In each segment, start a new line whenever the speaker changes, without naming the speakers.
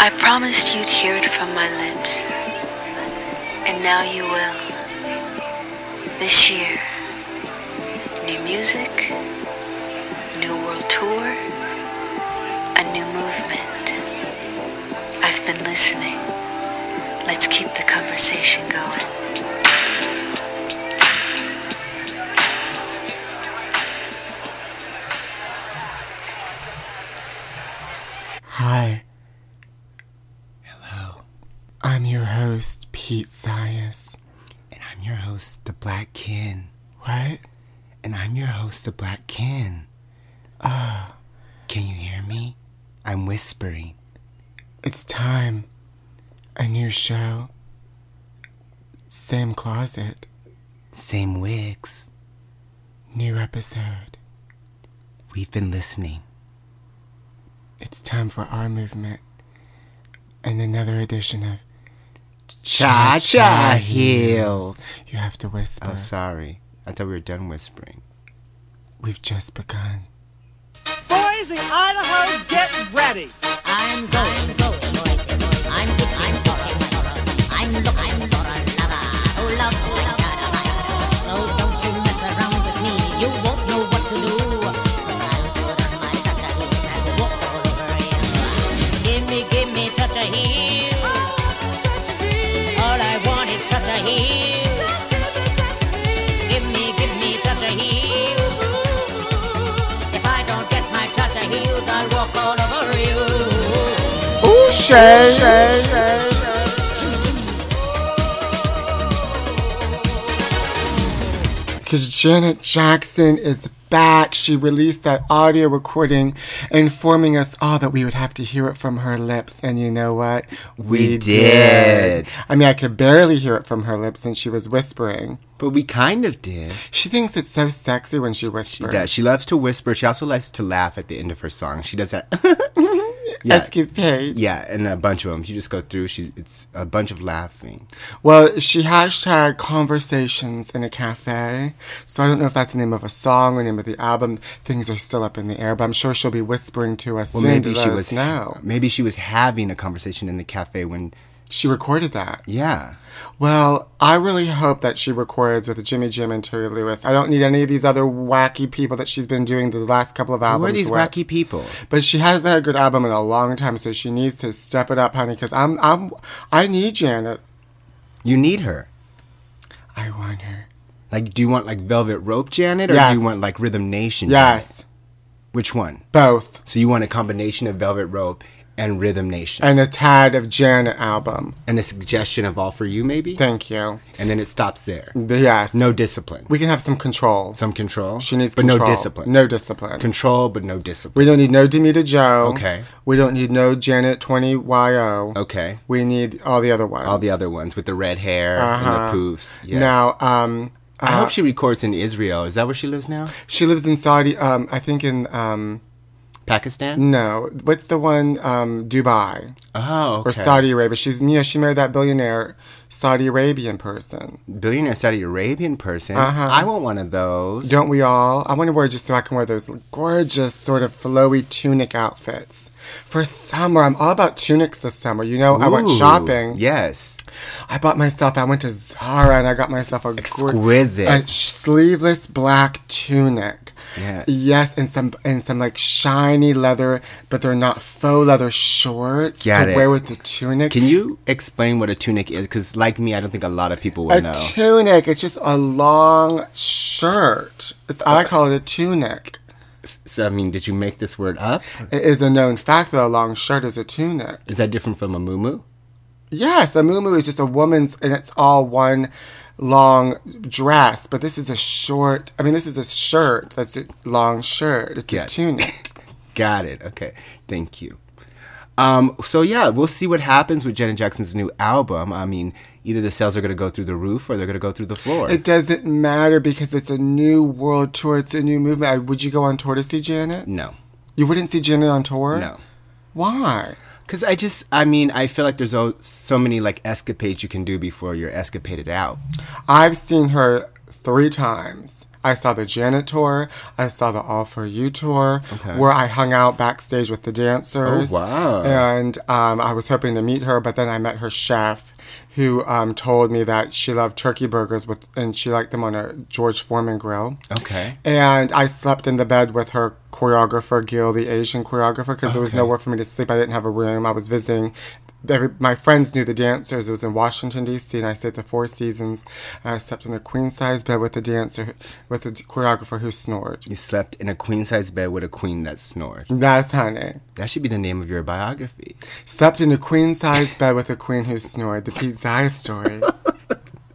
I promised you'd hear it from my lips, and now you will. This year, new music, new world tour, a new movement. I've been listening. Let's keep the conversation going.
Hi,
Hello,
I'm your host, Pete Zayas.
and I'm your host, the Black Kin.
What?
And I'm your host, the Black Kin. Uh, can you hear me? I'm whispering.
It's time. A new show. Same closet.
Same wigs.
New episode.
We've been listening.
It's time for our movement. And another edition of
Cha-cha heels.
You have to whisper.
Oh, sorry. I thought we were done whispering.
We've just begun.
Boys in Idaho, get ready.
I'm going, going, boys. I'm itching for a lover. I'm looking for a lover who loves me dynamite. So don't you mess around with me. You won't know what to do. 'Cause I'll put on my cha-cha heels and walk all over you. Gimme, gimme cha-cha heels. All I want is cha-cha heels. Gimme, gimme cha-cha heels. If I don't get my cha-cha heels, I'll walk all over you.
Because Janet Jackson is back. She released that audio recording informing us all that we would have to hear it from her lips. And you know what?
We did.
I mean, I could barely hear it from her lips and she was whispering.
But we kind of did.
She thinks it's so sexy when she
She
whispers.
does. She loves to whisper. She also likes to laugh at the end of her song. She does that. yeah.
Escapade.
Yeah, and a bunch of them. If you just go through, she it's a bunch of laughing.
Well, she hashtag conversations in a cafe. So I don't know if that's the name of a song or name of the album. Things are still up in the air, but I'm sure she'll be whispering to us
Well,
soon
maybe
to
she
let us
was
know.
Maybe she was having a conversation in the cafe when.
She recorded that.
Yeah.
Well, I really hope that she records with Jimmy Jim and Terry Lewis. I don't need any of these other wacky people that she's been doing the last couple of albums.
Who are these
with.
wacky people?
But she hasn't had a good album in a long time, so she needs to step it up, honey. Because I'm, I'm, I need Janet.
You need her.
I want her.
Like, do you want like Velvet Rope Janet, or
Yes.
do you want like Rhythm Nation? Janet?
Yes,
Which one?
both.
So you want a combination of Velvet Rope and Rhythm Nation, and,
And a tad of Janet album.
a suggestion of All for You, maybe,
Thank you.
and then it stops there.
Yes.
No discipline.
We can have some control.
Some control.
she needs
but
control.
no discipline.
No discipline.
control, but no discipline.
we don't need no Demita Joe.
Okay.
We don't need no Janet 20YO.
Okay.
We need all the other ones.
All the other ones with the red hair
Uh-huh.
and the poofs. Yes.
Now, um,
I hope she records in Israel. Is that where she lives now?
she lives in Saudi. Um, I think in um,
Pakistan?
no, what's the one? Um, Dubai
Oh, okay.
or Saudi Arabia. She's you know she married that billionaire Saudi Arabian person.
Billionaire Saudi Arabian person.
Uh-huh.
I want one of those.
Don't we all? I want to wear just so I can wear those gorgeous sort of flowy tunic outfits. For summer, I'm all about tunics this summer. You know, I went
Ooh,
shopping.
Yes.
I bought myself. I went to Zara and I got myself a gor-
Exquisite.
a sleeveless black tunic.
Yes.
Yes, and some and some like shiny leather, but they're not faux leather shorts
Got
to
it.
wear with the tunic.
Can you explain what a tunic is? Because, like me, I don't think a lot of people would
a
know.
tunic? It's just a long shirt. It's, I call it a tunic.
so, I mean, did you make this word up?
It is a known fact that a long shirt is a tunic.
Is that different from a muumuu?
Yes, a muumuu is just a woman's, and it's all one long dress. But this is a short. I mean, this is a shirt. That's a long shirt. It's
Yeah.
a tunic.
Got it. Okay. Thank you. Um, so yeah, we'll see what happens with Janet Jackson's new album. I mean, either the sales are going to go through the roof or they're going to go through the floor.
it doesn't matter because it's a new world tour. It's a new movement. I- Would you go on tour to see Janet?
no,
You wouldn't see Janet on tour.
no.
Why?
Because I just, I mean, I feel like there's o- so many like escapades you can do before you're escapaded out.
I've seen her three times. I saw the Janet tour. I saw the All For You tour,
Okay.
where I hung out backstage with the dancers.
Oh, wow.
And um, I was hoping to meet her, but then I met her chef, who um, told me that she loved turkey burgers with, and she liked them on a George Foreman grill.
Okay.
And I slept in the bed with her choreographer, Gil, the Asian choreographer, because there was
Okay.
nowhere for me to sleep. I didn't have a room. I was visiting. Every, my friends knew the dancers. It was in Washington, D.C., and I stayed at the Four Seasons. And I slept in a queen size bed with the dancer, with the choreographer who snored.
You slept in a queen size bed with a queen that snored.
That's honey.
That should be the name of your biography.
Slept in a queen size bed with a queen who snored. The Pete Zia story.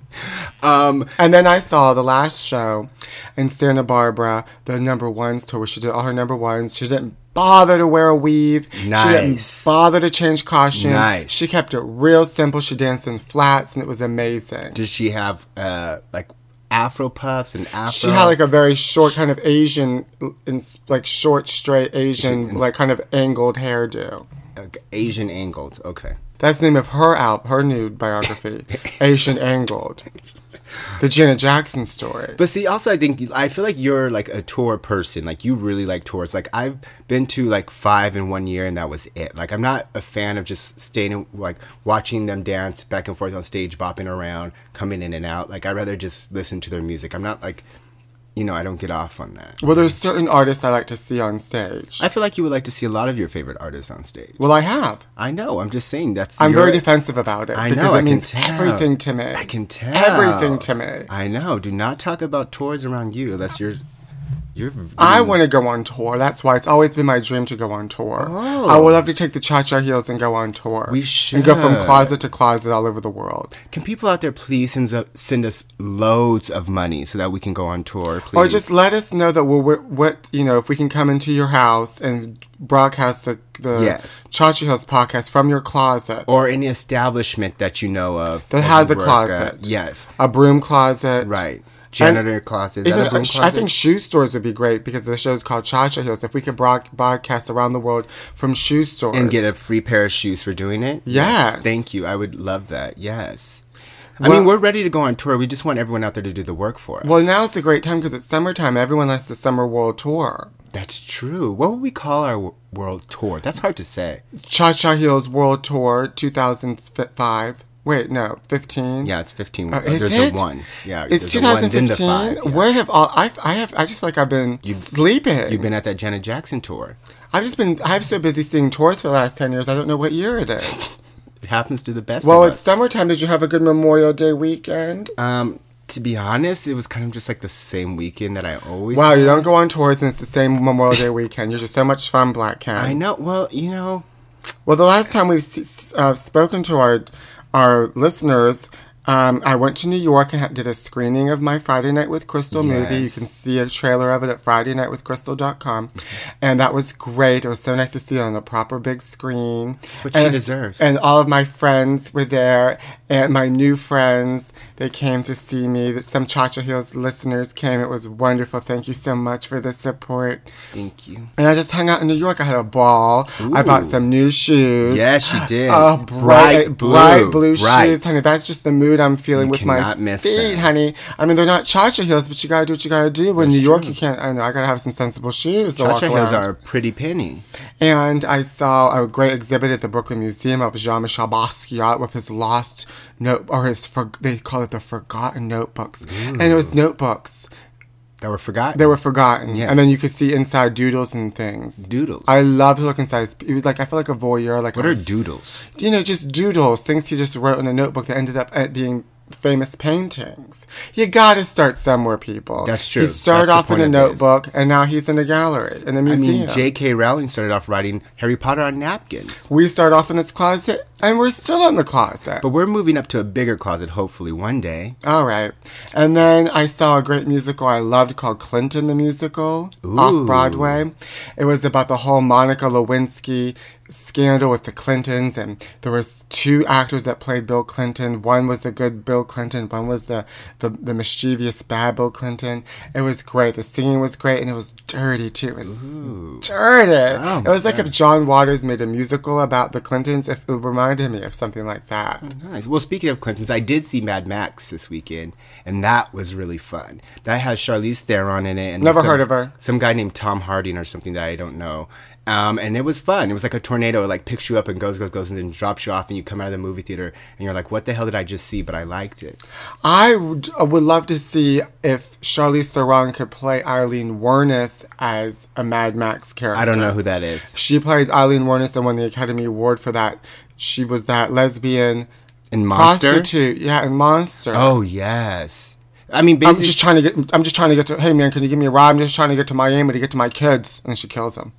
Um,
And then I saw the last show in Santa Barbara, the number ones tour. She did all her number ones. She didn't bother to wear a weave. She didn't
Nice.
bother to change costume.
Nice.
She kept it real simple. She danced in flats, and it was amazing.
does she have uh like afro puffs and afro?
she had like a very short kind of Asian, ins- like short straight Asian,
ins-
like kind of angled hairdo.
like Asian angled. Okay.
That's the name of her out, her nude biography, Asian angled, the Janet Jackson story.
But see, also I think I feel like you're like a tour person. Like you really like tours. Like I've been to like five in one year, and that was it. Like I'm not a fan of just staying like watching them dance back and forth on stage, bopping around, coming in and out. Like I'd rather just listen to their music. I'm not like, you know, I don't get off on that.
well, there's certain artists I like to see on stage.
I feel like you would like to see a lot of your favorite artists on stage.
well, I have.
I know. I'm just saying that's.
I'm
your-
very defensive about it.
I
because
know.
It
I
means
can tell.
everything to me.
I can tell.
Everything to me.
I know. Do not talk about tours around you. That's your. Your.
I want to go on tour. That's why it's always been my dream to go on tour.
Oh.
I would love to take the cha cha heels and go on tour.
We
And go from
should.
closet to closet all over the world.
Can people out there please send us, send us loads of money so that we can go on tour, please?
Or just let us know that we're, we're, what, you know, if we can come into your house and broadcast the, the
Yes.
cha cha heels podcast from your closet.
or any establishment that you know of
That has
you
a
work
closet.
at. Yes,
a broom closet.
right. Janitor
And
closet. Is
Even,
that a broom
sh-
closet?
I think shoe stores would be great because the show's called Cha Cha Heels. If we could broad- broadcast around the world from shoe stores
and get a free pair of shoes for doing it.
Yes.
Thank you. I would love that. Yes. I
Well-
mean, we're ready to go on tour. We just want everyone out there to do the work for us.
Well, now's the great time because it's summertime. Everyone likes the summer world tour.
That's true. What would we call our w- world tour? That's hard to say.
Cha Cha Heels World Tour 2005. Wait, no, 15.
Yeah, it's 15.
Uh,
Uh,
is
there's
it?
a one. Yeah,
It's
there's a one, then the
2015.
five, yeah.
Where have all I? I have. I just feel like I've been sleeping.
You've been at that Janet Jackson tour.
I've just been. I've so busy seeing tours for the last ten years. I don't know what year it is.
It happens to the best.
well,
of
it's
us.
summertime. Did you have a good Memorial Day weekend?
Um, to be honest, it was kind of just like the same weekend that I always.
Wow, you don't go on tours and it's the same Memorial Day weekend. You're just so much fun, Black Cat.
I know. Well, you know,
Well, the last time we've s- uh, spoken to our our listeners, um, I went to New York and ha- did a screening of my Friday Night with Crystal movie. You
Yes.
can see a trailer of it at FridayNightWithCrystal.com, and that was great. It was so nice to see it on a proper big screen. That's
what
and,
she deserves.
And all of my friends were there, and my new friends they came to see me. That some Cha Cha Heels listeners came. It was wonderful. Thank you so much for the support.
thank you.
And I just hung out in New York. I had a ball. I bought
Ooh.
some new shoes.
Yes, she did.
Oh, bright, bright blue,
Bright.
shoes, honey. That's just the mood I'm feeling
You
with my
cannot miss
feet,
them.
honey. I mean, they're not cha-cha heels, but you gotta do what you gotta do. In New York, you can't. I know. I gotta have some sensible shoes. To walk
Cha-cha heels
around.
are a pretty penny.
And I saw a great exhibit at the Brooklyn Museum of Jean-Michel Basquiat with his lost note, or his for, they call it the forgotten notebooks, and it was notebooks.
That were forgotten.
They were forgotten,
Yes.
and then you could see inside doodles and things.
doodles.
I love to look inside. his- It was like I feel like a voyeur. Like
what
I
are
was-
doodles?
You know, just doodles, things he just wrote in a notebook that ended up at being famous paintings. You got to start somewhere, people.
That's true.
He started
That's
off
the
in a
point of this.
notebook, and now he's in a gallery in a
I
museum.
mean, J.K. Rowling started off writing Harry Potter on napkins.
we start off in this closet, and we're still in the closet.
But we're moving up to a bigger closet, hopefully, one day.
All right. And then I saw a great musical I loved called Clinton the Musical
Ooh.
off Broadway. It was about the whole Monica Lewinsky scandal with the Clintons and there was two actors that played Bill Clinton. One was the good Bill Clinton, one was the, the, the mischievous bad Bill Clinton. It was great. The singing was great and it was dirty too. It was dirty.
Oh,
it
my
was like if John Waters made a musical about the Clintons. If it reminds reminded me of something like that.
Nice. Well, speaking of Clintons, I did see Mad Max this weekend, and that was really fun. That has Charlize Theron in it. And
Never
some-
heard of her.
Some guy named Tom Harding or something that I don't know. Um, and it was fun. It was like a tornado. It like picks you up and goes, goes, goes, and then drops you off, and you come out of the movie theater, and you're like, "What the hell did I just see?" But I liked it.
I would, I would love to see if Charlize Theron could play Eileen Warnes as a Mad Max character.
I don't know who that is.
She played Eileen Warnes and won the Academy Award for that. She was that lesbian
And Monster.
prostitute, yeah, and monster.
Oh yes. I mean,
I'm
basically,
just trying to get. I'm just trying to get to. Hey man, can you give me a ride? I'm just trying to get to Miami to get to my kids, and she kills him.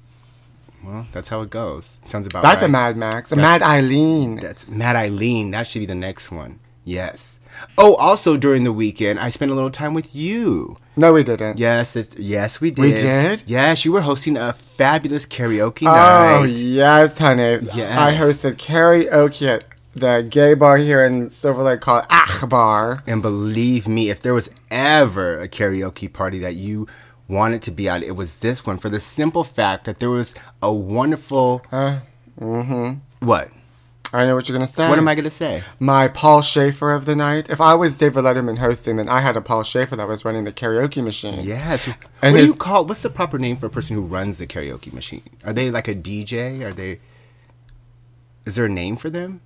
well, that's how it goes. Sounds about.
That's a
right.
Mad Max, a
That's-
Mad Eileen.
That's Mad Eileen. That should be the next one. Yes. Oh, also during the weekend, I spent a little time with you.
no, we didn't.
Yes, it, yes, we did.
We did?
Yes, you were hosting a fabulous karaoke
Oh
night.
yes, honey.
Yes.
I hosted karaoke at the gay bar here in Silver Lake called Akbar.
And believe me, if there was ever a karaoke party that you wanted to be at, it was this one for the simple fact that there was a wonderful. Uh, mm-hmm. What?
I know what you're gonna say.
What am I going to say?
My Paul Schaefer of the night. If I was David Letterman hosting, then I had a Paul Schaefer that was running the karaoke machine.
Yes. What
And
do
his-
you call? What's the proper name for a person who runs the karaoke machine? Are they like a DJ? Are they? Is there a name for them,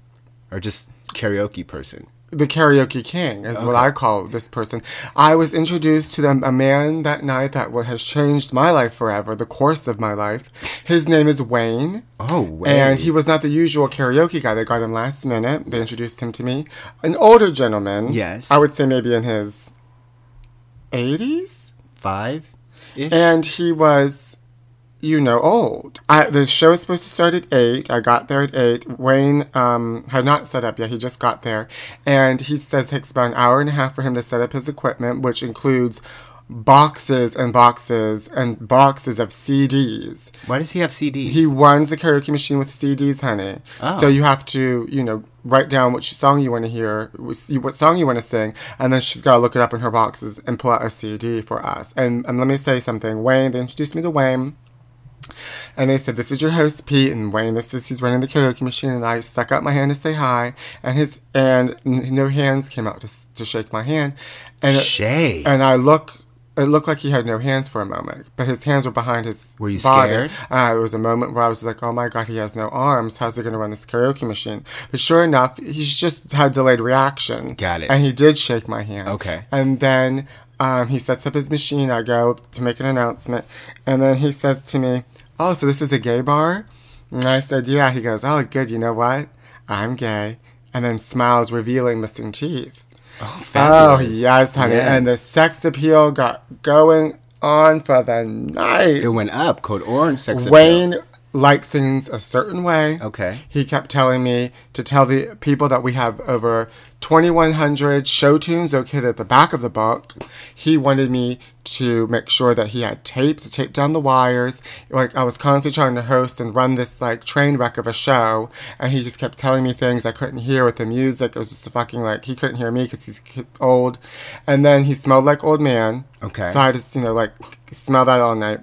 or just karaoke person?
the karaoke king is what I call this person. I was introduced to them, a man that night that what has changed my life forever, the course of my life. His name is Wayne.
Oh, Wayne.
And he was not the usual karaoke guy. They got him last minute. They introduced him to me, an older gentleman.
Yes.
I would say maybe in his eighties,
Five.
and he was. You know, old. I, the show was supposed to start at eight. I got there at eight. Wayne um, had not set up yet. He just got there, and he says it takes about an hour and a half for him to set up his equipment, which includes boxes and boxes and boxes of CDs.
Why does he have CDs?
He runs the karaoke machine with CDs, honey.
Oh.
So you have to, you know, write down which song you want to hear, which- what song you want to sing, and then she's got to look it up in her boxes and pull out a CD for us. And, and let me say something. Wayne, they introduced me to Wayne. And they said, This is your host, Pete, and Wayne, this is he's running the karaoke machine. And I stuck out my hand to say hi, and his and n- no hands came out to, s- to shake my hand. And it-
Shay.
and I look. It looked like he had no hands for a moment, but his hands were behind his.
Were you
body.
scared?
Uh, it was a moment where I was like, "Oh my god, he has no arms. How's he going to run this karaoke machine?" But sure enough, he's just had delayed reaction.
Got it.
And he did shake my hand.
Okay.
And then um, he sets up his machine. I go to make an announcement, and then he says to me, "Oh, so this is a gay bar?" And I said, "Yeah." He goes, "Oh, good. You know what? I'm gay." And then smiles, revealing missing teeth. Oh
Fabulous.
yes, honey,
Yes.
and the sex appeal got going on for the night.
It went up. Code Orange. Sex appeal.
Wayne likes things a certain way.
Okay.
he kept telling me to tell the people that we have over 2,100 show tunes located at the back of the book. He wanted me to make sure that he had tape to tape down the wires. Like I was constantly trying to host and run this like train wreck of a show, and he just kept telling me things I couldn't hear with the music. It was just fucking like he couldn't hear me because he's ki- old, and then he smelled like old man.
Okay.
So I just, you know, like smell that all night.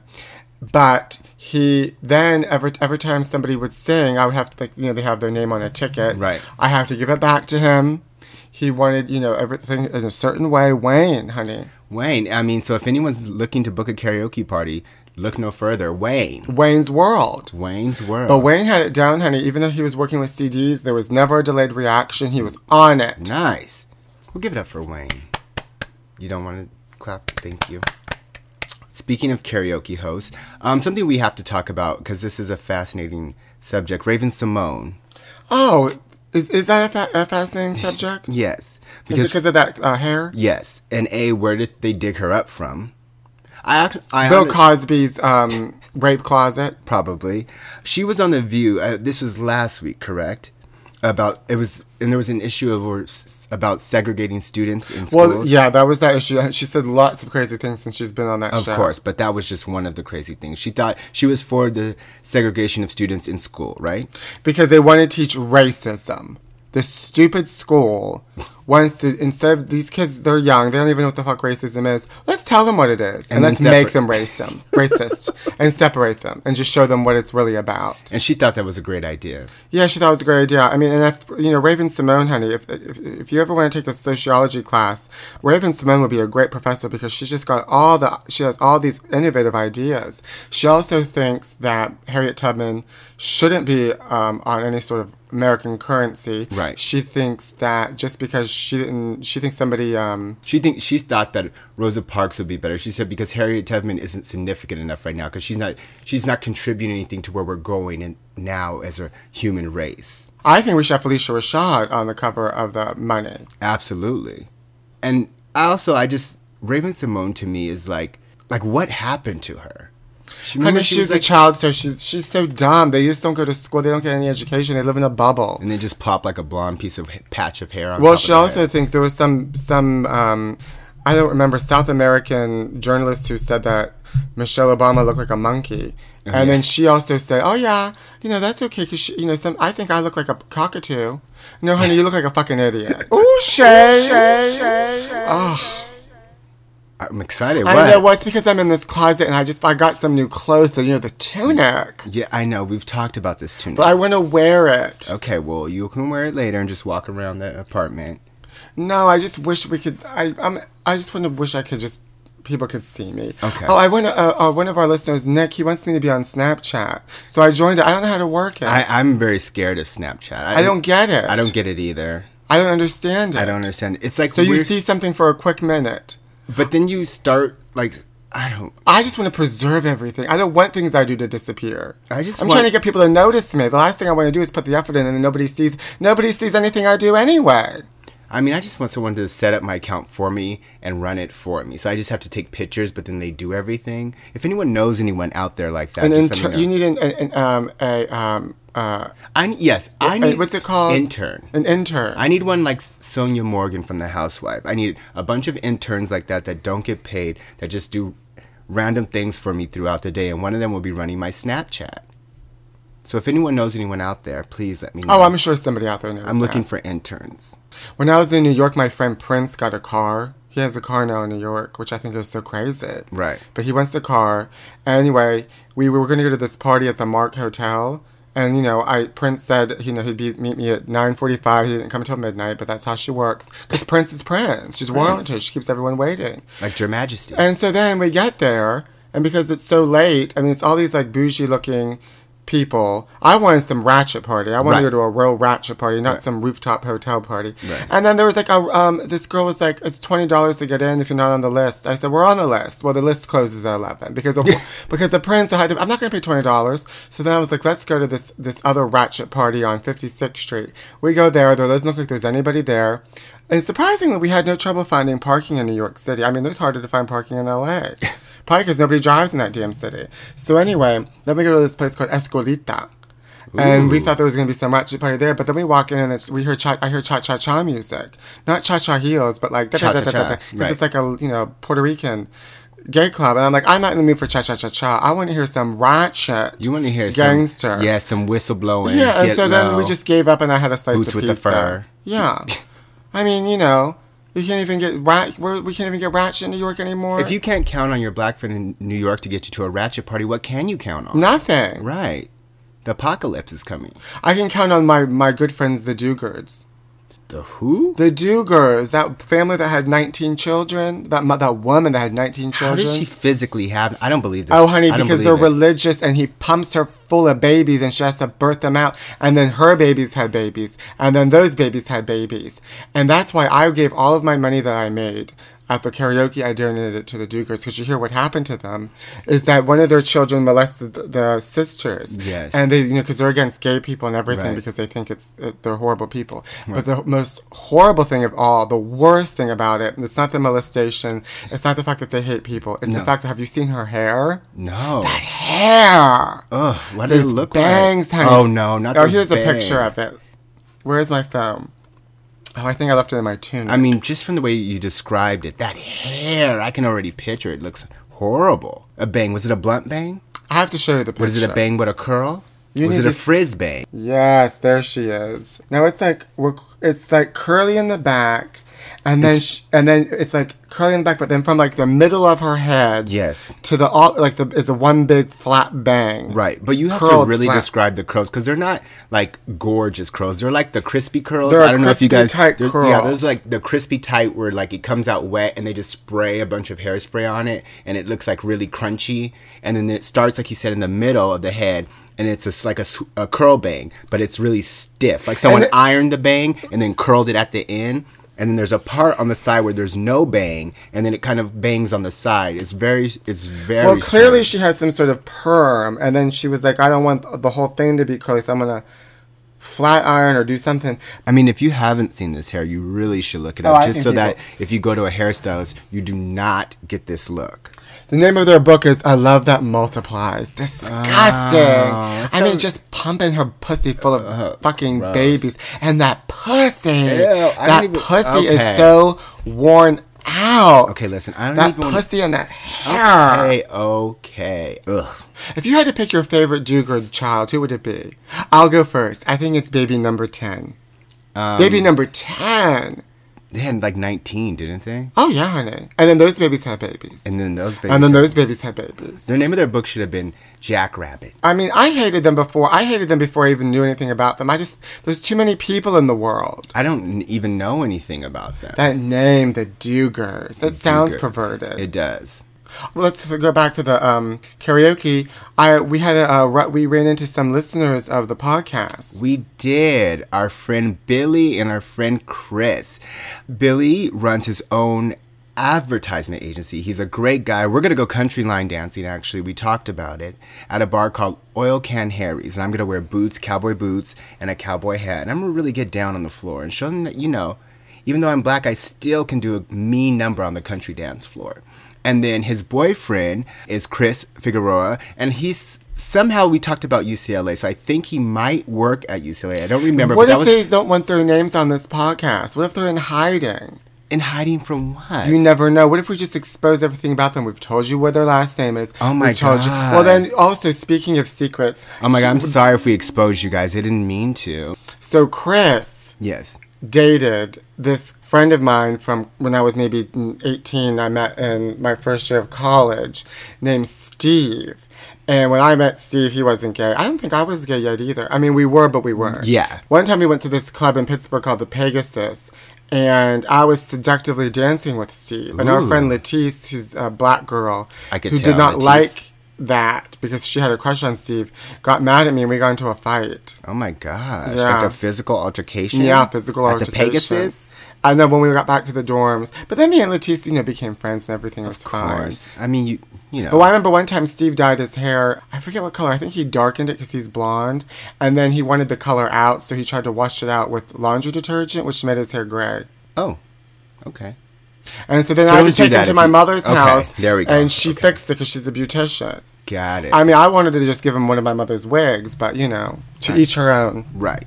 But he then every every time somebody would sing, I would have to like, you know, they have their name on a ticket.
Right.
I have to give it back to him. He wanted, you know, everything in a certain way. Wayne, honey.
Wayne. I mean, so if anyone's looking to book a karaoke party, look no further. Wayne.
Wayne's world.
Wayne's World.
But Wayne had it down, honey. Even though he was working with CDs, there was never a delayed reaction. He was on it.
Nice. We'll give it up for Wayne. You don't want to clap? Thank you. Speaking of karaoke hosts, um, something we have to talk about because this is a fascinating subject. Raven Simone.
Oh, is, is that a, fa- a fascinating subject?
Yes.
Because, because of that uh, hair?
yes. And A, where did they dig her up from? I, act- I
Bill
honest-
Cosby's um, rape closet.
probably. She was on the View. Uh, this was last week, correct? About it was, and there was an issue of or s- about segregating students in schools.
Well, yeah, that was that issue. She said lots of crazy things since she's been on that
Of
show.
course, but that was just one of the crazy things. She thought she was for the segregation of students in school, right?
Because they want to teach racism. This stupid school wants to instead of these kids, they're young, they don't even know what the fuck racism is. Let's tell them what it is, and,
And then
let's make
separate.
them racist, racist, and separate them, and just show them what it's really about.
And she thought that was a great idea.
Yeah, she thought it was a great idea. I mean, and if, you know, Raven Simone, honey, if, if if you ever want to take a sociology class, Raven Simone would be a great professor because she's just got all the she has all these innovative ideas. She also thinks that Harriet Tubman shouldn't be um, on any sort of American currency.
Right.
She thinks that just because she didn't, she thinks somebody. Um,
She think she thought that Rosa Parks would be better. She said because Harriet Tubman isn't significant enough right now because she's not she's not contributing anything to where we're going and now as a human race.
I think we should have Felicia Rashad on the cover of the Money.
Absolutely. And I also I just Raven Simone to me is like like what happened to her? She,
Honey,
remember
she was a child, so she's she's so dumb. They just don't go to school. They don't get any education. They live in a bubble.
and then just plop like a blonde piece of ha- patch of hair on.
Well,
top
she
of her
also
head.
thinks there was some some um, I don't remember South American journalist who said that Michelle Obama looked like a monkey, and then she also said, "Oh yeah, you know that's okay because you know some I think I look like a cockatoo." No, honey, you look like a fucking idiot. Ooh, shade.
I'm excited. What?
I know. Well, it's because I'm in this closet and I just I got some new clothes. The you know the tunic,
Yeah, I know. We've talked about this too.
but I want to wear it.
okay, well, you can wear it later and just walk around the apartment.
No, I just wish we could. I I'm, I just want to wish I could just people could see me.
Okay.
Oh, I want to, uh, uh, one of our listeners, Nick. He wants me to be on Snapchat, so I joined. it. I don't know how to work it. I,
I, I'm very scared of Snapchat. I,
don't get it.
I don't get it either.
I don't understand it.
I don't understand. It's like
So you
weird-
see something for a quick minute.
but then you start like I don't.
I just want to preserve everything. I don't want things I do to disappear.
I just
I'm
want-
trying to get people to notice me. The last thing I want to do is put the effort in, and nobody sees. Nobody sees anything I do anyway.
I mean, I just want someone to set up my account for me and run it for me. So I just have to take pictures, but then they do everything. If anyone knows anyone out there like that,
An
just let
intern.
me know.
You need an, an, an um a um uh
I yes, I
a-
need
what's it called?
Intern.
An intern.
I need one like Sonia Morgan from The Housewife. I need a bunch of interns like that that don't get paid, that just do random things for me throughout the day, and one of them will be running my Snapchat. So if anyone knows anyone out there, please let me know.
Oh, I'm sure somebody out there knows.
I'm looking
that.
for interns.
When I was in New York, my friend Prince got a car. He has a car now in New York, which I think is so crazy.
Right.
But he wants a car. Anyway, we were going to go to this party at the Mark Hotel. And you know, I Prince said you know he'd be, meet me at nine forty-five. He didn't come until midnight, but that's how she works. Because Prince is Prince. She's royalty. She keeps everyone waiting.
Like Your Majesty.
And so then we get there, and because it's so late, I mean, it's all these like bougie looking people. I wanted some ratchet party. I wanted to
Right.
go to a real ratchet party, not
Right.
some rooftop hotel party.
Right.
And then there was like a, um, this girl was like, it's twenty dollars to get in if you're not on the list. I said, we're on the list. Well, the list closes at eleven because of, because the prince. I had to. I'm not going to pay twenty dollars. So then I was like, let's go to this this other ratchet party on 56th Street. We go there. There doesn't look like there's anybody there. And surprisingly, we had no trouble finding parking in New York City. I mean, it was harder to find parking in LA. Probably because nobody drives in that damn city. So anyway, then we go to this place called Escolita. And we
Ooh.
thought there was gonna be some ratchet party there, but then we walk in and it's, we hear cha, I hear cha cha cha music, not cha cha heels, but like da da da da da.
Cha-cha-cha,
Because it's
right.
like a you know Puerto Rican gay club, and I'm like, I'm not in the mood for cha cha cha cha. I want to hear some ratchet.
you want to hear
gangster?
Some, yeah, some whistleblowing.
yeah. And
get
so then
low.
we just gave up, and I had a slice
Boots
of
with
pizza.
the fur.
Yeah, I mean, you know, you can't even get rat. we're- We can't even get ratchet in New York anymore.
If you can't count on your black friend in New York to get you to a ratchet party, what can you count on?
nothing,
Right. The apocalypse is coming.
I can count on my my good friends, the Duggards.
The who?
The Dugars, that family that had 19 children, that mo- that woman that had
How
19 children.
did she physically have? I don't believe this.
oh, honey,
I don't
because
believe
they're
it.
religious and he pumps her full of babies and she has to birth them out. And then her babies had babies. And then those babies had babies. And that's why I gave all of my money that I made. At the karaoke, I donated it to the Dugars because you hear what happened to them is that one of their children molested the, the sisters.
Yes.
And they, you know, because they're against gay people and everything
Right.
because they think it's uh, they're horrible people. But the most horrible thing of all, the worst thing about it, and it's not the molestation, it's not the fact that they hate people, it's the
No.
fact that have you seen her hair?
No.
Hair.
Ugh. What does it
Those
look
bangs,
like?
honey.
Oh no, not.
Oh,
those
here's a
bangs.
picture of it. Where's my phone? Oh, I think I left it in my tune.
I mean, just from the way you described it, that hair, I can already picture. It looks horrible. A bang. Was it a blunt bang?
I have to show you the picture.
Was it a bang with a curl?
You
was
need
it a
to-
frisbee?
Yes, there she is. Now it's like we're, it's like curly in the back, and then sh and then it's like curly in the back, but then from like the middle of her head,
Yes.
to the all like the it's a one big flat bang,
Right, but you have to
Curled
really
flat.
describe the curls because they're not like gorgeous curls. They're like the crispy curls.
They're a
I don't know if you
crispy,
guys
tight
they're-
curl.
Yeah, there's like the crispy tight where like it comes out wet and they just spray a bunch of hairspray on it and it looks like really crunchy. And then it starts like you said in the middle of the head and it's just like a, s- a curl bang, but it's really stiff. Like someone
it-
ironed the bang and then curled it at the end. And then there's a part on the side where there's no bang, and then it kind of bangs on the side. It's very, it's very.
Well, clearly
strange.
she had some sort of perm, and then she was like, "I don't want the whole thing to be curly, so I'm gonna flat iron or do something."
I mean, if you haven't seen this hair, you really should look it
Oh,
up
I
just
think
so
you
that
will.
if you go to a hairstylist, you do not get this look.
The name of their book is "I Love That Multiplies." Disgusting. I mean, just pumping her pussy full of
Uh,
fucking babies, and that pussy.
I
that
don't even-
pussy
okay.
is so worn out.
Okay, listen, I don't
that
even wanna-
pussy and that hair.
Okay, okay. Ugh.
If you had to pick your favorite Duker child, who would it be? I'll go first. I think it's baby number 10.
Um,
baby number 10.
They had like 19, didn't they?
Oh, yeah, honey. And then those babies had babies. And,
And then those babies.
then those babies had babies.
Their name of their book should have been Jackrabbit.
I mean, I hated them before. I hated them before I even knew anything about them. I just, there's too many people in the world
I don't n- even know anything about them.
that name the Dugers. That sounds perverted.
It does.
Well, let's go back to the um, karaoke. I we had a, uh ru- we ran into some listeners of the podcast.
We did. Our friend Billy and our friend Chris. Billy runs his own advertisement agency. He's a great guy. We're going to go country line dancing, actually. We talked about it at a bar called Oil Can Harry's. And I'm going to wear boots, cowboy boots, and a cowboy hat. And I'm going to really get down on the floor and show them that, you know, even though I'm black, I still can do a mean number on the country dance floor. And then his boyfriend is Chris Figueroa, and he's somehow we talked about UCLA, so I think he might work at UCLA. I don't remember,
What
but
if
that was
they don't want their names on this podcast? What if they're in hiding?
in hiding from what?
You never know. What if we just expose everything about them? We've told you what their last name is.
Oh my
We've told you-
God.
Well, then also speaking of secrets,
oh my god, I'm sorry if we exposed you guys. I didn't mean to.
so Chris
Yes.
dated this friend of mine from when I was maybe 18. I met in my first year of college, named Steve. And when I met Steve, he wasn't gay. I don't think I was gay yet either. I mean, we were, but we weren't.
Yeah.
One time we went to this club in Pittsburgh called the Pegasus, and I was seductively dancing with Steve. And our
Ooh.
friend Latisse, who's a black girl,
I could
who
tell,
did not
Latisse.
like that because she had a crush on Steve, got mad at me and we got into a fight.
Oh my gosh.
Yeah.
Like a physical altercation.
Yeah, physical
At
altercation.
the Pegasus?
I know when we got back to the dorms, but then me and Latisse, you know, became friends and everything was
Of
fine.
course. I mean you you know
Oh, I remember one time Steve dyed his hair. I forget what color. I think he darkened it because he's blonde, and then he wanted the color out, so he tried to wash it out with laundry detergent, which made his hair gray.
Oh. Okay.
And so then
So
I had
don't
to
do
take
that
him to
if
my
you-
mother's
okay,
house.
there we go,
And she
okay.
fixed it because she's a beautician.
Got it.
I mean, I wanted to just give him one of my mother's wigs, but you know, to each her own.
Right.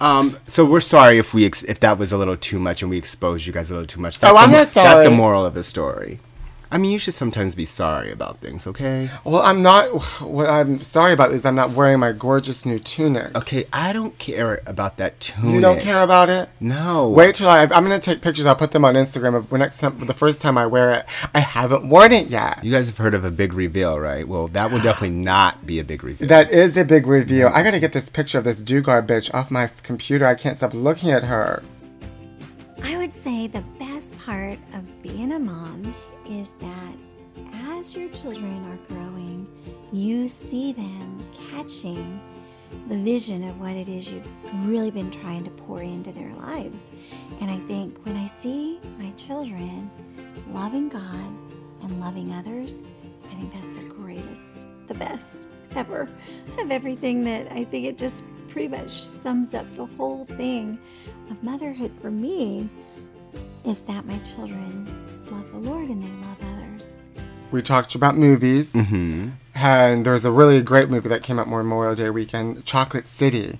Um, so we're sorry if we ex- if that was a little too much and we exposed you guys a little too much. That's
Oh, I'm
the,
not
That's the
sorry.
moral of the story. I mean, you should sometimes be sorry about things, okay?
Well, I'm not. What I'm sorry about is I'm not wearing my gorgeous new tunic.
Okay, I don't care about that tune.
You don't care about it?
No.
Wait till I. I'm gonna take pictures. I'll put them on Instagram of when next time, the first time I wear it. I haven't worn it yet.
You guys have heard of a big reveal, right? Well, that will definitely not be a big reveal.
That is a big reveal. I gotta get this picture of this Dugar bitch off my f- computer. I can't stop looking at her.
I would say the best part of being a mom is that as your children are growing, you see them catching the vision of what it is you've really been trying to pour into their lives. And I think when I see my children loving God and loving others, I think that's the greatest, the best ever of everything that I think it just pretty much sums up the whole thing of motherhood for me is that my children love the Lord and they love others.
We talked about movies, mm-hmm. and there was a really great movie that came out Memorial Day weekend, Chocolate City.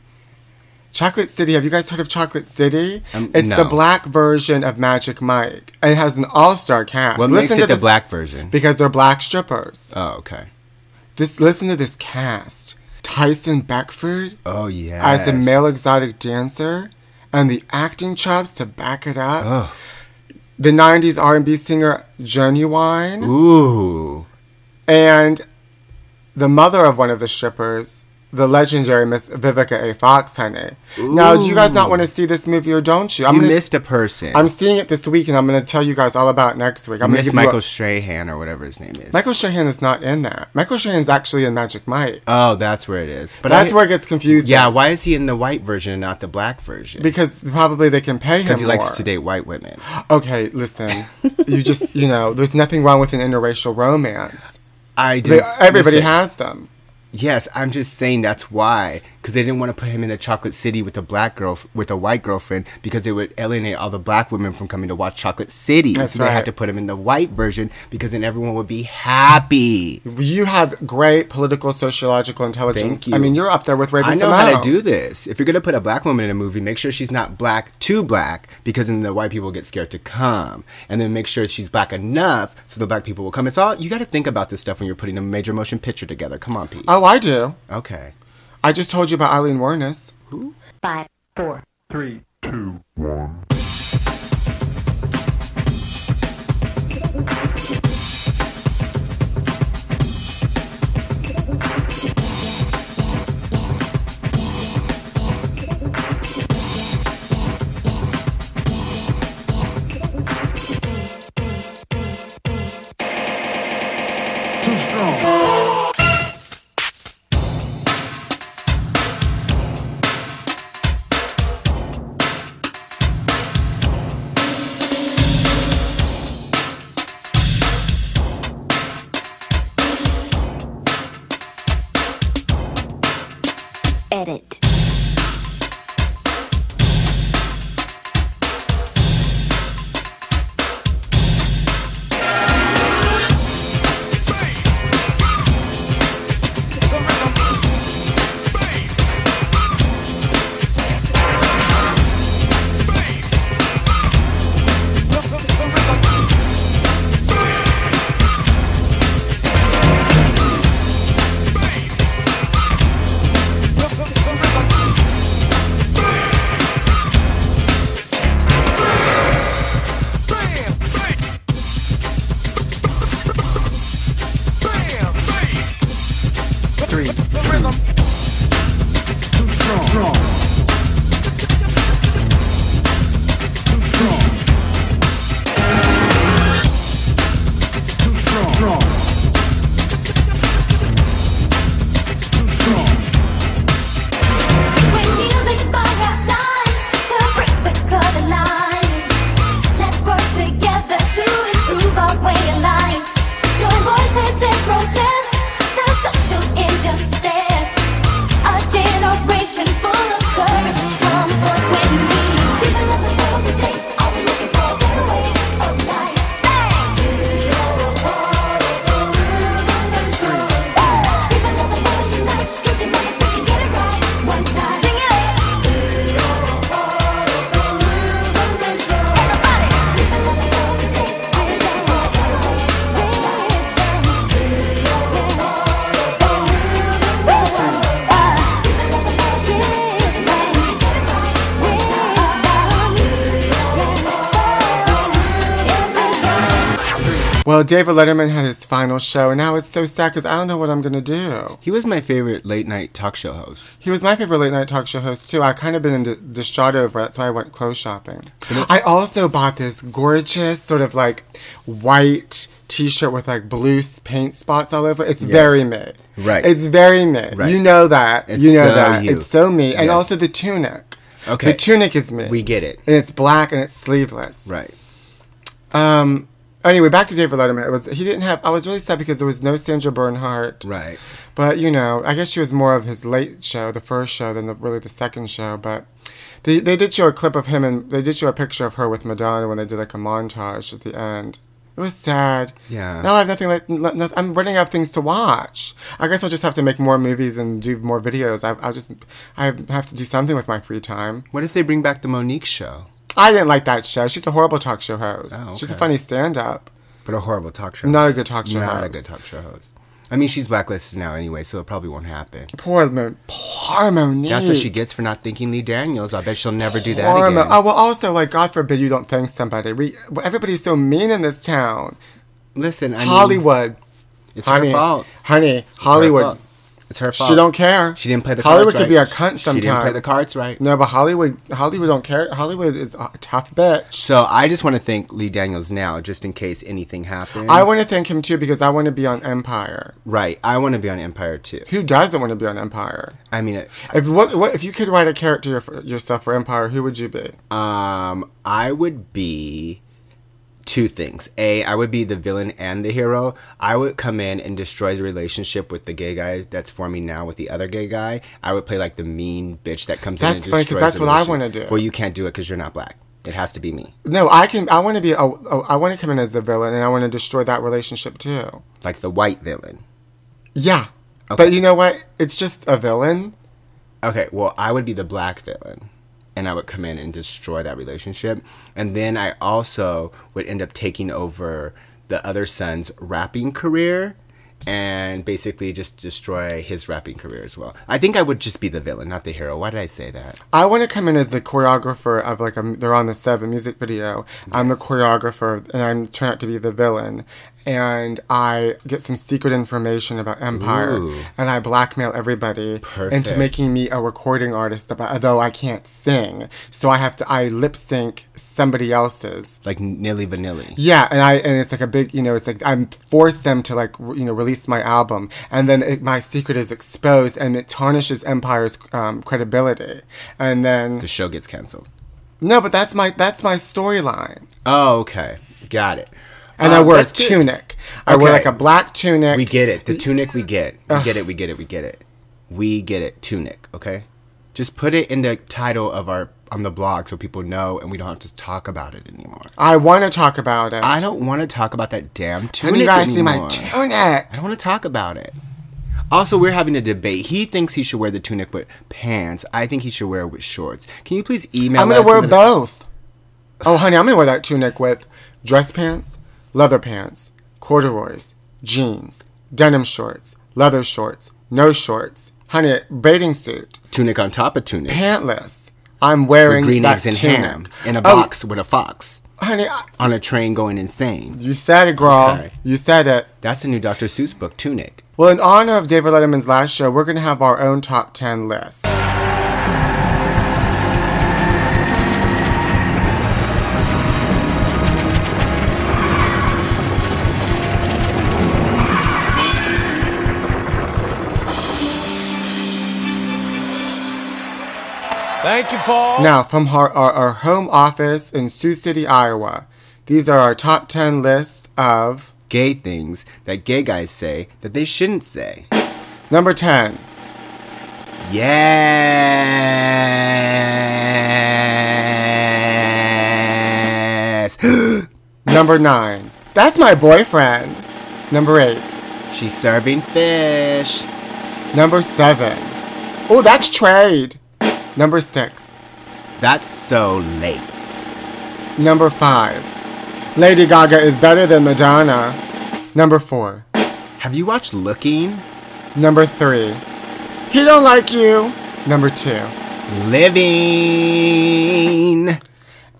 Chocolate City. Have you guys heard of Chocolate City?
Um,
it's
no.
the black version of Magic Mike, and it has an all-star cast.
what makes
Listen
it
to
the
this-
black version?
Because they're black strippers.
oh, okay.
This listen to this cast. Tyson Beckford
Oh yeah.
as a male exotic dancer and the acting chops to back it up.
Oh.
The 90s R&B singer Genuine
Ooh.
and the mother of one of the strippers, the legendary Miss Vivica A. Fox, honey. Now, do you guys not want to see this movie or don't you? I'm
You
gonna-
missed a person.
I'm seeing it this week, and I'm going to tell you guys all about it next week. I'm
you
gonna
missed
give you a-
Michael Strahan or whatever his name is.
Michael Strahan is not in that. Michael Strahan's actually in Magic Mike.
oh, that's where it is. But
That's
I-
where it gets confusing.
Yeah, why is he in the white version and not the black version?
Because probably they can pay him
Because he likes
more.
to date white women.
Okay, listen. you just, you know, there's nothing wrong with an interracial romance.
I
They-
just
everybody
listen,
has them.
Yes, I'm just saying that's why because they didn't want to put him in the Chocolate City with a black girl with a white girlfriend because they would alienate all the black women from coming to watch Chocolate City.
That's
so they
right.
had to put him in the white version because then everyone would be happy.
You have great political, sociological intelligence.
Thank you.
I mean, you're up there with Raven
I know
Simone.
how to do this. If you're gonna put a black woman in a movie, make sure she's not black too black, because then the white people get scared to come. And then make sure she's black enough so the black people will come. It's all you gotta think about this stuff when you're putting a major motion picture together. Come on, Pete.
Oh, I do.
Okay.
I just told you about Eileen Warnes.
Five, four. Edit.
When music by our side to break the color lines, let's work together to improve our way of life. Join voices in protest to social injustice. A generation full of courage come forth with me. People of the world today, are we looking for a better way of oh, life? People of the world unite, strength and promise we can get it right one time. Sing it out. Everybody. People of the world today, are we looking for a better way? People of the world unite, strength and promise we can get it right one time.
Well, David Letterman had his final show, and now it's so sad because I don't know what I'm going to do.
He was my favorite late night talk show host.
He was my favorite late night talk show host, too. I kind of been in d- distraught over it, so I went clothes shopping. I also bought this gorgeous, sort of like white t shirt with like blue s- paint spots all over. It's very me.
Right.
It's very me.
Right.
You know that.
It's
you know
so
that.
you.
It's so me. And
Yes.
also the tunic.
Okay.
The tunic is me.
We get it.
And it's black and it's sleeveless.
Right.
Um. Anyway, back to David Letterman. It was he didn't have. I was really sad because there was no Sandra Bernhardt.
Right.
But you know, I guess she was more of his late show, the first show, than the, really the second show. But they they did show a clip of him and they did show a picture of her with Madonna when they did like a montage at the end. It was sad.
Yeah.
Now I have nothing like no- no- I'm running out of things to watch. I guess I'll just have to make more movies and do more videos. I I'll just I have to do something with my free time.
What if they bring back the Monique show?
I didn't like that show. She's a horrible talk show host.
Oh,
She's a
okay.
funny stand up.
But a horrible talk show.
Not a
host.
good talk show
Not a
host.
good talk show host. I mean, she's blacklisted now anyway, so it probably won't happen.
Poor, Mo- poor Monique.
That's what she gets for not thinking Lee Daniels. I bet she'll never do that
Or
again.
mo- oh well, also like God forbid you don't thank somebody. We well, everybody's so mean in this town.
Listen, I mean,
Hollywood,
It's
honey,
her fault. It's
honey,
her
Hollywood.
fault. It's her fault.
She don't care.
She didn't play the
Hollywood
cards
could be a
right.
cunt
She
sometimes.
didn't play the cards right.
No, but Hollywood, Hollywood don't care. Hollywood is a tough bitch.
So I just want to thank Lee Daniels now, just in case anything happens.
I want to thank him too because I want to be on Empire.
Right. I want to be on Empire too.
Who doesn't want to be on Empire?
I mean, uh,
If what, what if you could write a character for yourself for Empire, who would you be?
um, I would be two things. A, I would be the villain and the hero. I would come in and destroy the relationship with the gay guy that's forming now with the other gay guy. I would play like the mean bitch that comes in
That's
and
funny, 'cause
destroys
that's
the
what I
relationship.
wanna do.
Well, you can't do it because you're not black. It has to be me.
No, I can. I want to be. A, a, I want to come in as a villain, and I want to destroy that relationship too.
Like the white villain.
Yeah,
Okay.
but you know what? It's just a villain.
Okay, well, I would be the black villain. And I would come in and destroy that relationship. And then I also would end up taking over the other son's rapping career and basically just destroy his rapping career as well. I think I would just be the villain, not the hero. Why did I say that?
I want to come in as the choreographer of like a, they're on the set of a music video. I'm the choreographer, and I'm trying out to be the villain. And I get some secret information about Empire,
Ooh.
and I blackmail everybody into
Perfect.
making me a recording artist. but- Although I can't sing, so I have to I lip sync somebody else's.
Like Nilly Vanilli.
Yeah, and I and it's like a big, you know, it's like I'm forced them to like re- you know release my album, and then it, my secret is exposed, and it tarnishes Empire's um, credibility, and then
The show gets canceled.
no, but that's my that's my storyline,
Oh, okay. Got it.
and I
Um,
wear a
that's good.
tunic. I wear
Okay.
like a black tunic.
We get it. The tunic we get. We get it. We get it. We get it. We get it. Tunic. Okay. Just put it in the title of our on the blog so people know, and we don't have to talk about it anymore.
I want to talk about it.
I don't want to talk about that damn
When
tunic
you guys see
anymore.
my tunic.
I don't want to talk about it. Also, we're having a debate. He thinks he should wear the tunic with pants. I think he should wear it with shorts. Can you please email?
I'm gonna
us
wear
and let us-
both. Oh, honey, I'm gonna wear that tunic with dress pants, leather pants, corduroys, jeans, denim shorts, leather shorts, no shorts. Honey, bathing suit,
Tunic on top of tunic.
pantless. I'm wearing
with green
that
eggs and
tunic.
ham in a
Oh,
box with a fox
honey, I-
on a train going insane.
you said it, girl.
Okay.
You said it.
That's the new Dr. Seuss book, Tunic.
Well, in honor of David Letterman's last show, we're gonna have our own top ten list.
Thank you, Paul.
Now, from our, our, our home office in Sioux City, Iowa, these are our top ten list of
Gay things that gay guys say that they shouldn't say.
number ten.
Yes.
Number nine. That's my boyfriend. Number eight.
She's serving fish.
Number seven. Oh, that's trade. Number six.
That's so late.
Number five. Lady Gaga is better than Madonna. Number four.
Have you watched Looking?
Number three. He don't like you. Number two.
Living.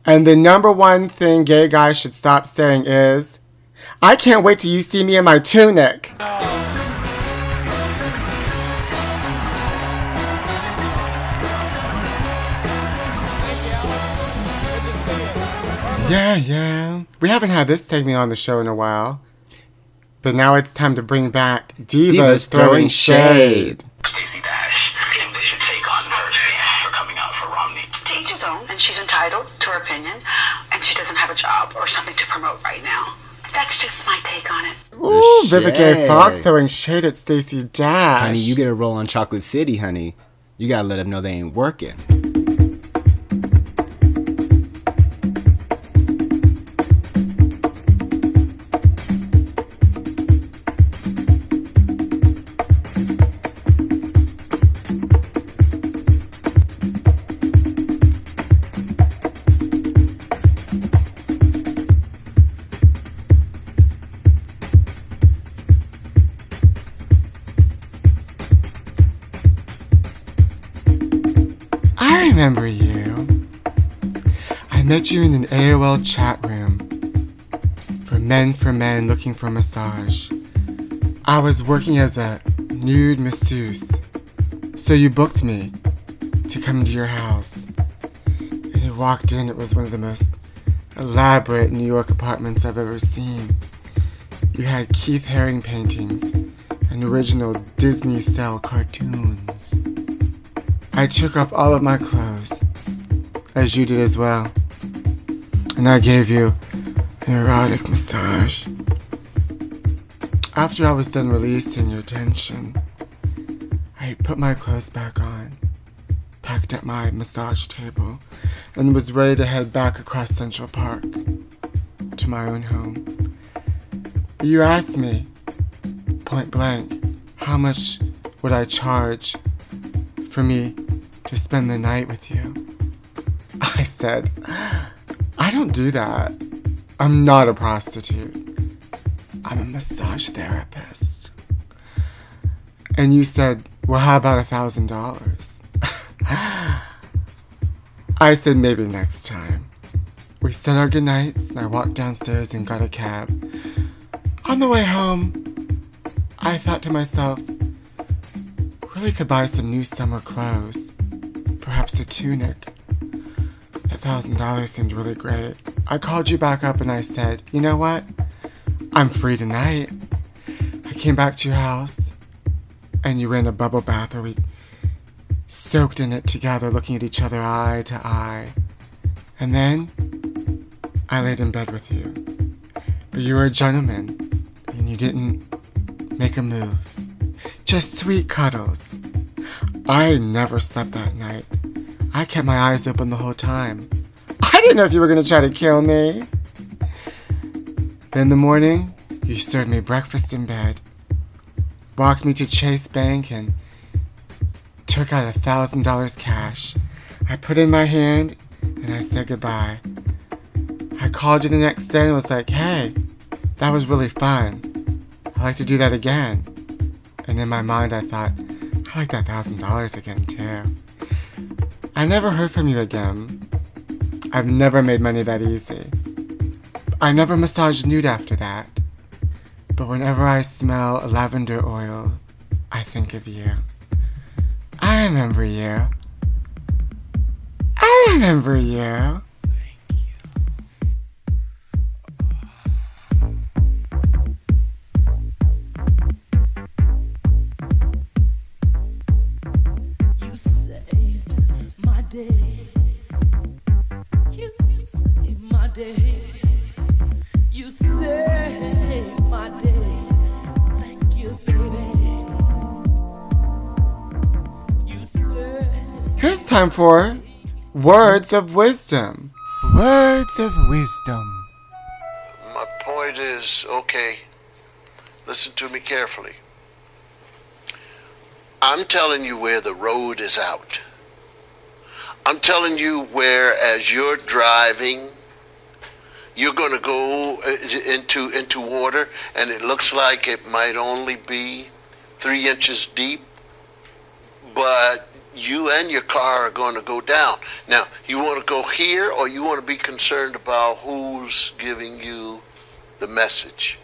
And the number one thing gay guys should stop saying is, I can't wait till you see me in my tunic. Yeah, yeah. We haven't had this segment on the show in a while. But now it's time to bring back Divas,
Divas
throwing,
throwing
shade.
shade.
Stacey Dash and they should take on her stance for coming out for Romney.
to each his own, and she's entitled to her opinion, and she doesn't have a job or something to promote right now. That's just my take on it.
Ooh, Vivica
shade.
Fox throwing shade at Stacey Dash.
Honey, you get a roll on Chocolate City, honey. You gotta let them know they ain't working.
I remember you. I met you in an AOL chat room for men for men looking for massage. I was working as a nude masseuse, so you booked me to come to your house. And I walked in, it was one of the most elaborate New York apartments I've ever seen. You had Keith Haring paintings and original Disney style cartoons. I took off all of my clothes, as you did as well, and I gave you an erotic massage. After I was done releasing your tension, I put my clothes back on, packed up my massage table, and was ready to head back across Central Park to my own home. You asked me, point blank, how much would I charge for me to spend the night with you? I said, I don't do that. I'm not a prostitute. I'm a massage therapist. And you said, Well, how about a thousand dollars? I said, Maybe next time. We said our goodnights, and I walked downstairs and got a cab. On the way home, I thought to myself, really could buy some new summer clothes. Perhaps a tunic. A thousand dollars seemed really great. I called you back up and I said, you know what? I'm free tonight. I came back to your house and you were in a bubble bath where we soaked in it together, looking at each other eye to eye. And then I laid in bed with you. But you were a gentleman and you didn't make a move. Just sweet cuddles. I never slept that night. I kept my eyes open the whole time. I didn't know if you were going to try to kill me. Then in the morning, you served me breakfast in bed, walked me to Chase Bank, and took out a thousand dollars cash. I put in my hand and I said goodbye. I called you the next day and was like, hey, that was really fun. I'd like to do that again. And in my mind, I thought, I like that thousand dollars again too. I never heard from you again. I've never made money that easy. I never massaged nude after that. But whenever I smell lavender oil, I think of you. I remember you. I remember you. Here's time for words of wisdom. Words of wisdom.
My point is okay, listen to me carefully. I'm telling you where the road is out. I'm telling you where, as you're driving, you're going to go uh, into, into water and it looks like it might only be three inches deep, but you and your car are going to go down. Now, you want to go here or you want to be concerned about who's giving you the message?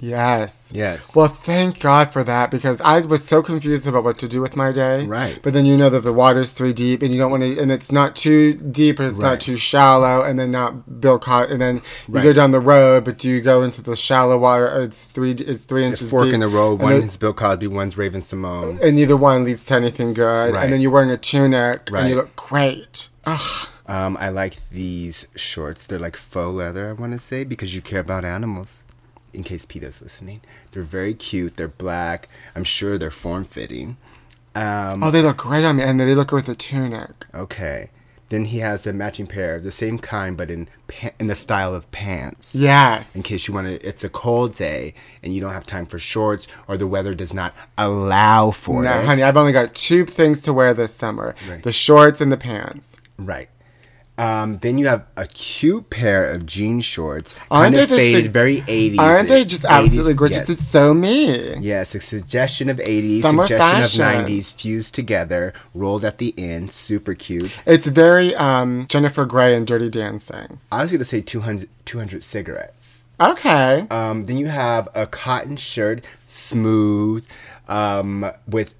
Yes.
Yes.
Well, thank God for that because I was so confused about what to do with my day.
Right.
But then you know that the water's three deep, and you don't want to, and it's not too deep, and it's
Right.
not too shallow, and then not Bill caught, and then you go
Right.
down the road, but do you go into the shallow water? Or it's three. It's three inches.
fork
deep,
in the road.
and
One
it-
is Bill Cosby, one's Raven Simone.
and neither one leads to anything good.
Right.
And then you're wearing a tunic, and
Right.
you look great. Ugh.
Um, I like these shorts. They're like faux leather, I want to say, because you care about animals. In case PETA's listening, they're very cute. They're black. I'm sure they're form fitting. Um,
Oh, they look great on me, and they look good with a tunic.
Okay. Then he has a matching pair of the same kind, but in pa- in the style of pants.
Yes.
In case you want to, it's a cold day and you don't have time for shorts, or the weather does not allow for
No,
it.
honey, I've only got two things to wear this summer:
Right.
the shorts and the pants.
right. Um, then you have a cute pair of jean shorts, kind
Aren't
of
they just the-
faded, very 80s.
Aren't they just
80s,
absolutely gorgeous?
yes.
It's so me.
Yes, a suggestion of 80s,
Summer
suggestion
fashion.
of 90s fused together, rolled at the end, super cute.
It's very um, Jennifer Grey and Dirty Dancing.
I was going to say 200, 200 cigarettes.
Okay.
Um, then you have a cotton shirt, smooth, um, with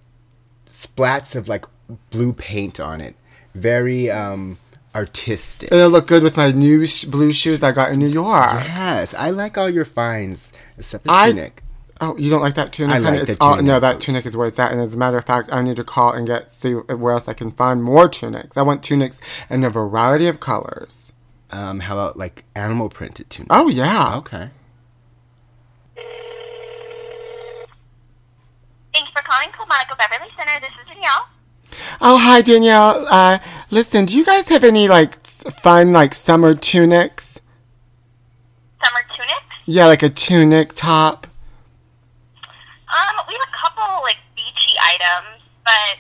splats of like blue paint on it. Very um, artistic.
It'll look good with my new sh- blue shoes I got in New York.
Yes, I like all your finds except the
I-
tunic.
Oh, you don't like that tunic?
I like
honey?
the
It's all-
tunic.
no, that tunic is where it's at. And as a matter of fact, I need to call and get see where else I can find more tunics. I want tunics in a variety of colors.
Um, how about like animal printed tunic?
Oh yeah.
Okay.
Thanks for calling Kilmonaco Beverly Center. This is Danielle.
Oh hi Danielle. Uh, listen, do you guys have any like s- fun like summer tunics?
Summer tunic.
Yeah, like a tunic top.
Um, we have a couple like beachy items, but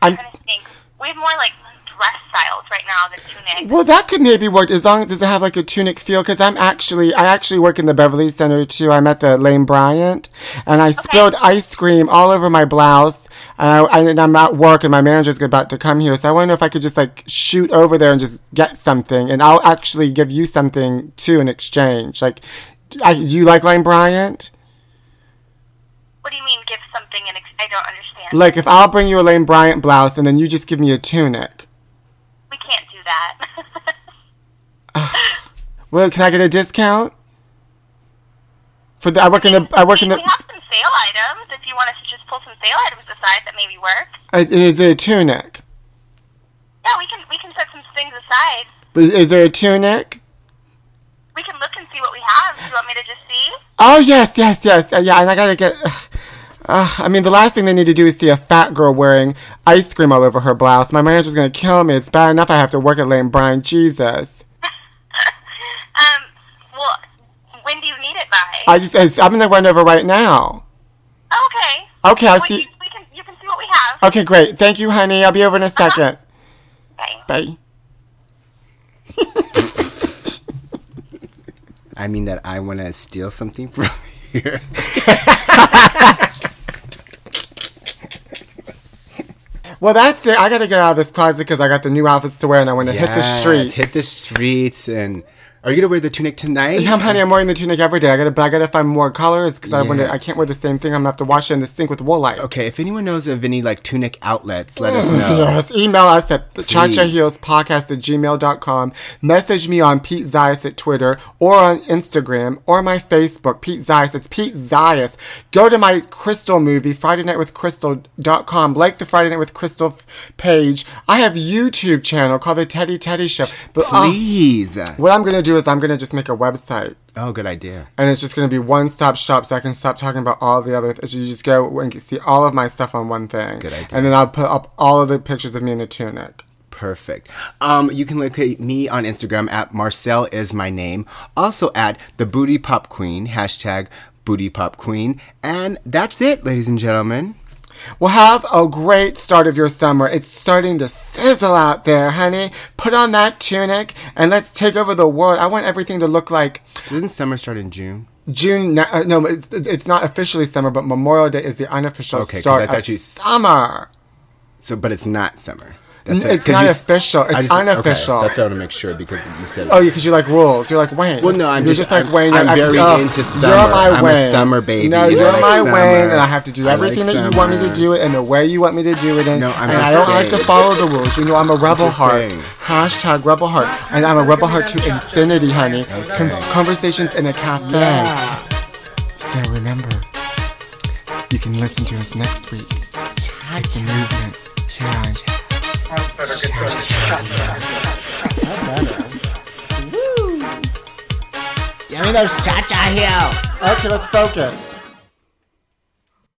I'm,
I think we have more like dress styles right now than tunic.
well, that could maybe work as long as does it have like a tunic feel. Because I'm actually I actually work in the Beverly Center too. I'm at the Lane Bryant, and I spilled ice cream all over my blouse. And, I, and I'm at work, and my manager's about to come here, so I want to know if I could just like shoot over there and just get something, and I'll actually give you something too in exchange. Like, I, you like Lane Bryant?
What do you mean give something an ex- I don't understand.
Like, if I'll bring you a Lane Bryant blouse, and then you just give me a tunic.
we can't do that.
Well, can I get a discount? For the, I work in the I work in the
we have some sale items if you want us to just pull some sale items aside that maybe work.
Uh, Is there a tunic?
Yeah, we can we can set some things aside.
But Is there a tunic?
We can look and see what we have. Do you want me to just see?
Oh yes, yes, yes. Uh, yeah, and I gotta get. Uh, I mean, the last thing they need to do is see a fat girl wearing ice cream all over her blouse. My manager's gonna kill me. It's bad enough I have to work at Lane Bryant. Jesus.
Um, well, when do you need it by? Oh,
I just, I'm gonna run over right now.
Okay.
Okay, I'll
Well,
see-
You, we can, you can see what we have.
Okay, great. Thank you, honey. I'll be over in a second. Bye.
I mean that I want to steal something from here.
Well, that's it. I gotta get out of this closet because I got the new outfits to wear and I want to hit the
Yes,
street.
Hit the streets and are you gonna wear the tunic tonight?
Yeah, honey, I'm wearing the tunic every day. I gotta, but I gotta find more colors because I want to. I
Yes.
can't wear the same thing. I'm gonna have to wash it in the sink with wool light.
Okay, if anyone knows of any like tunic outlets, let
Mm.
us know.
Yes, email us at the cha cha
Please.
heels podcast at gmail.com. Message me on Pete Zias at Twitter or on Instagram or my Facebook, Pete Zias. It's Pete Zias. Go to my Crystal movie, Friday Night with Crystal.com. Like the Friday Night with Crystal f- page. I have YouTube channel called The Teddy Teddy Show. But uh,
Please.
what I'm going to do is I'm going to just make a website.
Oh, good idea.
and it's just going to be one stop shop so I can stop talking about all the other th- You just go and see all of my stuff on one thing.
Good idea.
And then I'll put up all of the pictures of me in a tunic.
Perfect. Um, you can locate me on Instagram at Marcel is my name. Also at the Booty Pop Queen hashtag Booty Pop Queen. And that's it, ladies and gentlemen.
Well, have a great start of your summer. It's starting to sizzle out there, honey. Put on that tunic and let's take over the world. I want everything to look like
Doesn't summer start in June?
June. na- Uh, no, it's, it's not officially summer, but Memorial Day is the unofficial
Okay, 'cause
start
I
of
thought you-
summer.
So, but it's not summer.
N- it's
'cause
not
you s-
official. It's
I okay,
unofficial.
that's what I want to make sure because you said.
Oh, because you like rules. You're like Wayne.
Well, no, I'm
You're
just-
just, like
I'm-
Wayne.
I'm
I- I-
very
oh,
into
You're
summer.
my
I'm a
Wayne.
summer baby.
No,
I
you're
like
my
summer.
Wayne, and I have to do
I like
everything that you want me to
summer.
do it in the way you want me to do it in.
No, I'm
and
just
I don't like to
saying.
follow the rules. You know, I'm a rebel
just
heart.
saying.
Hashtag rebel heart, and I'm a rebel heart to infinity, honey. Con- conversations in a cafe. So remember, you can listen to us next week. It's a movement. Challenge.
Give me those cha-cha heels.
Okay, let's focus.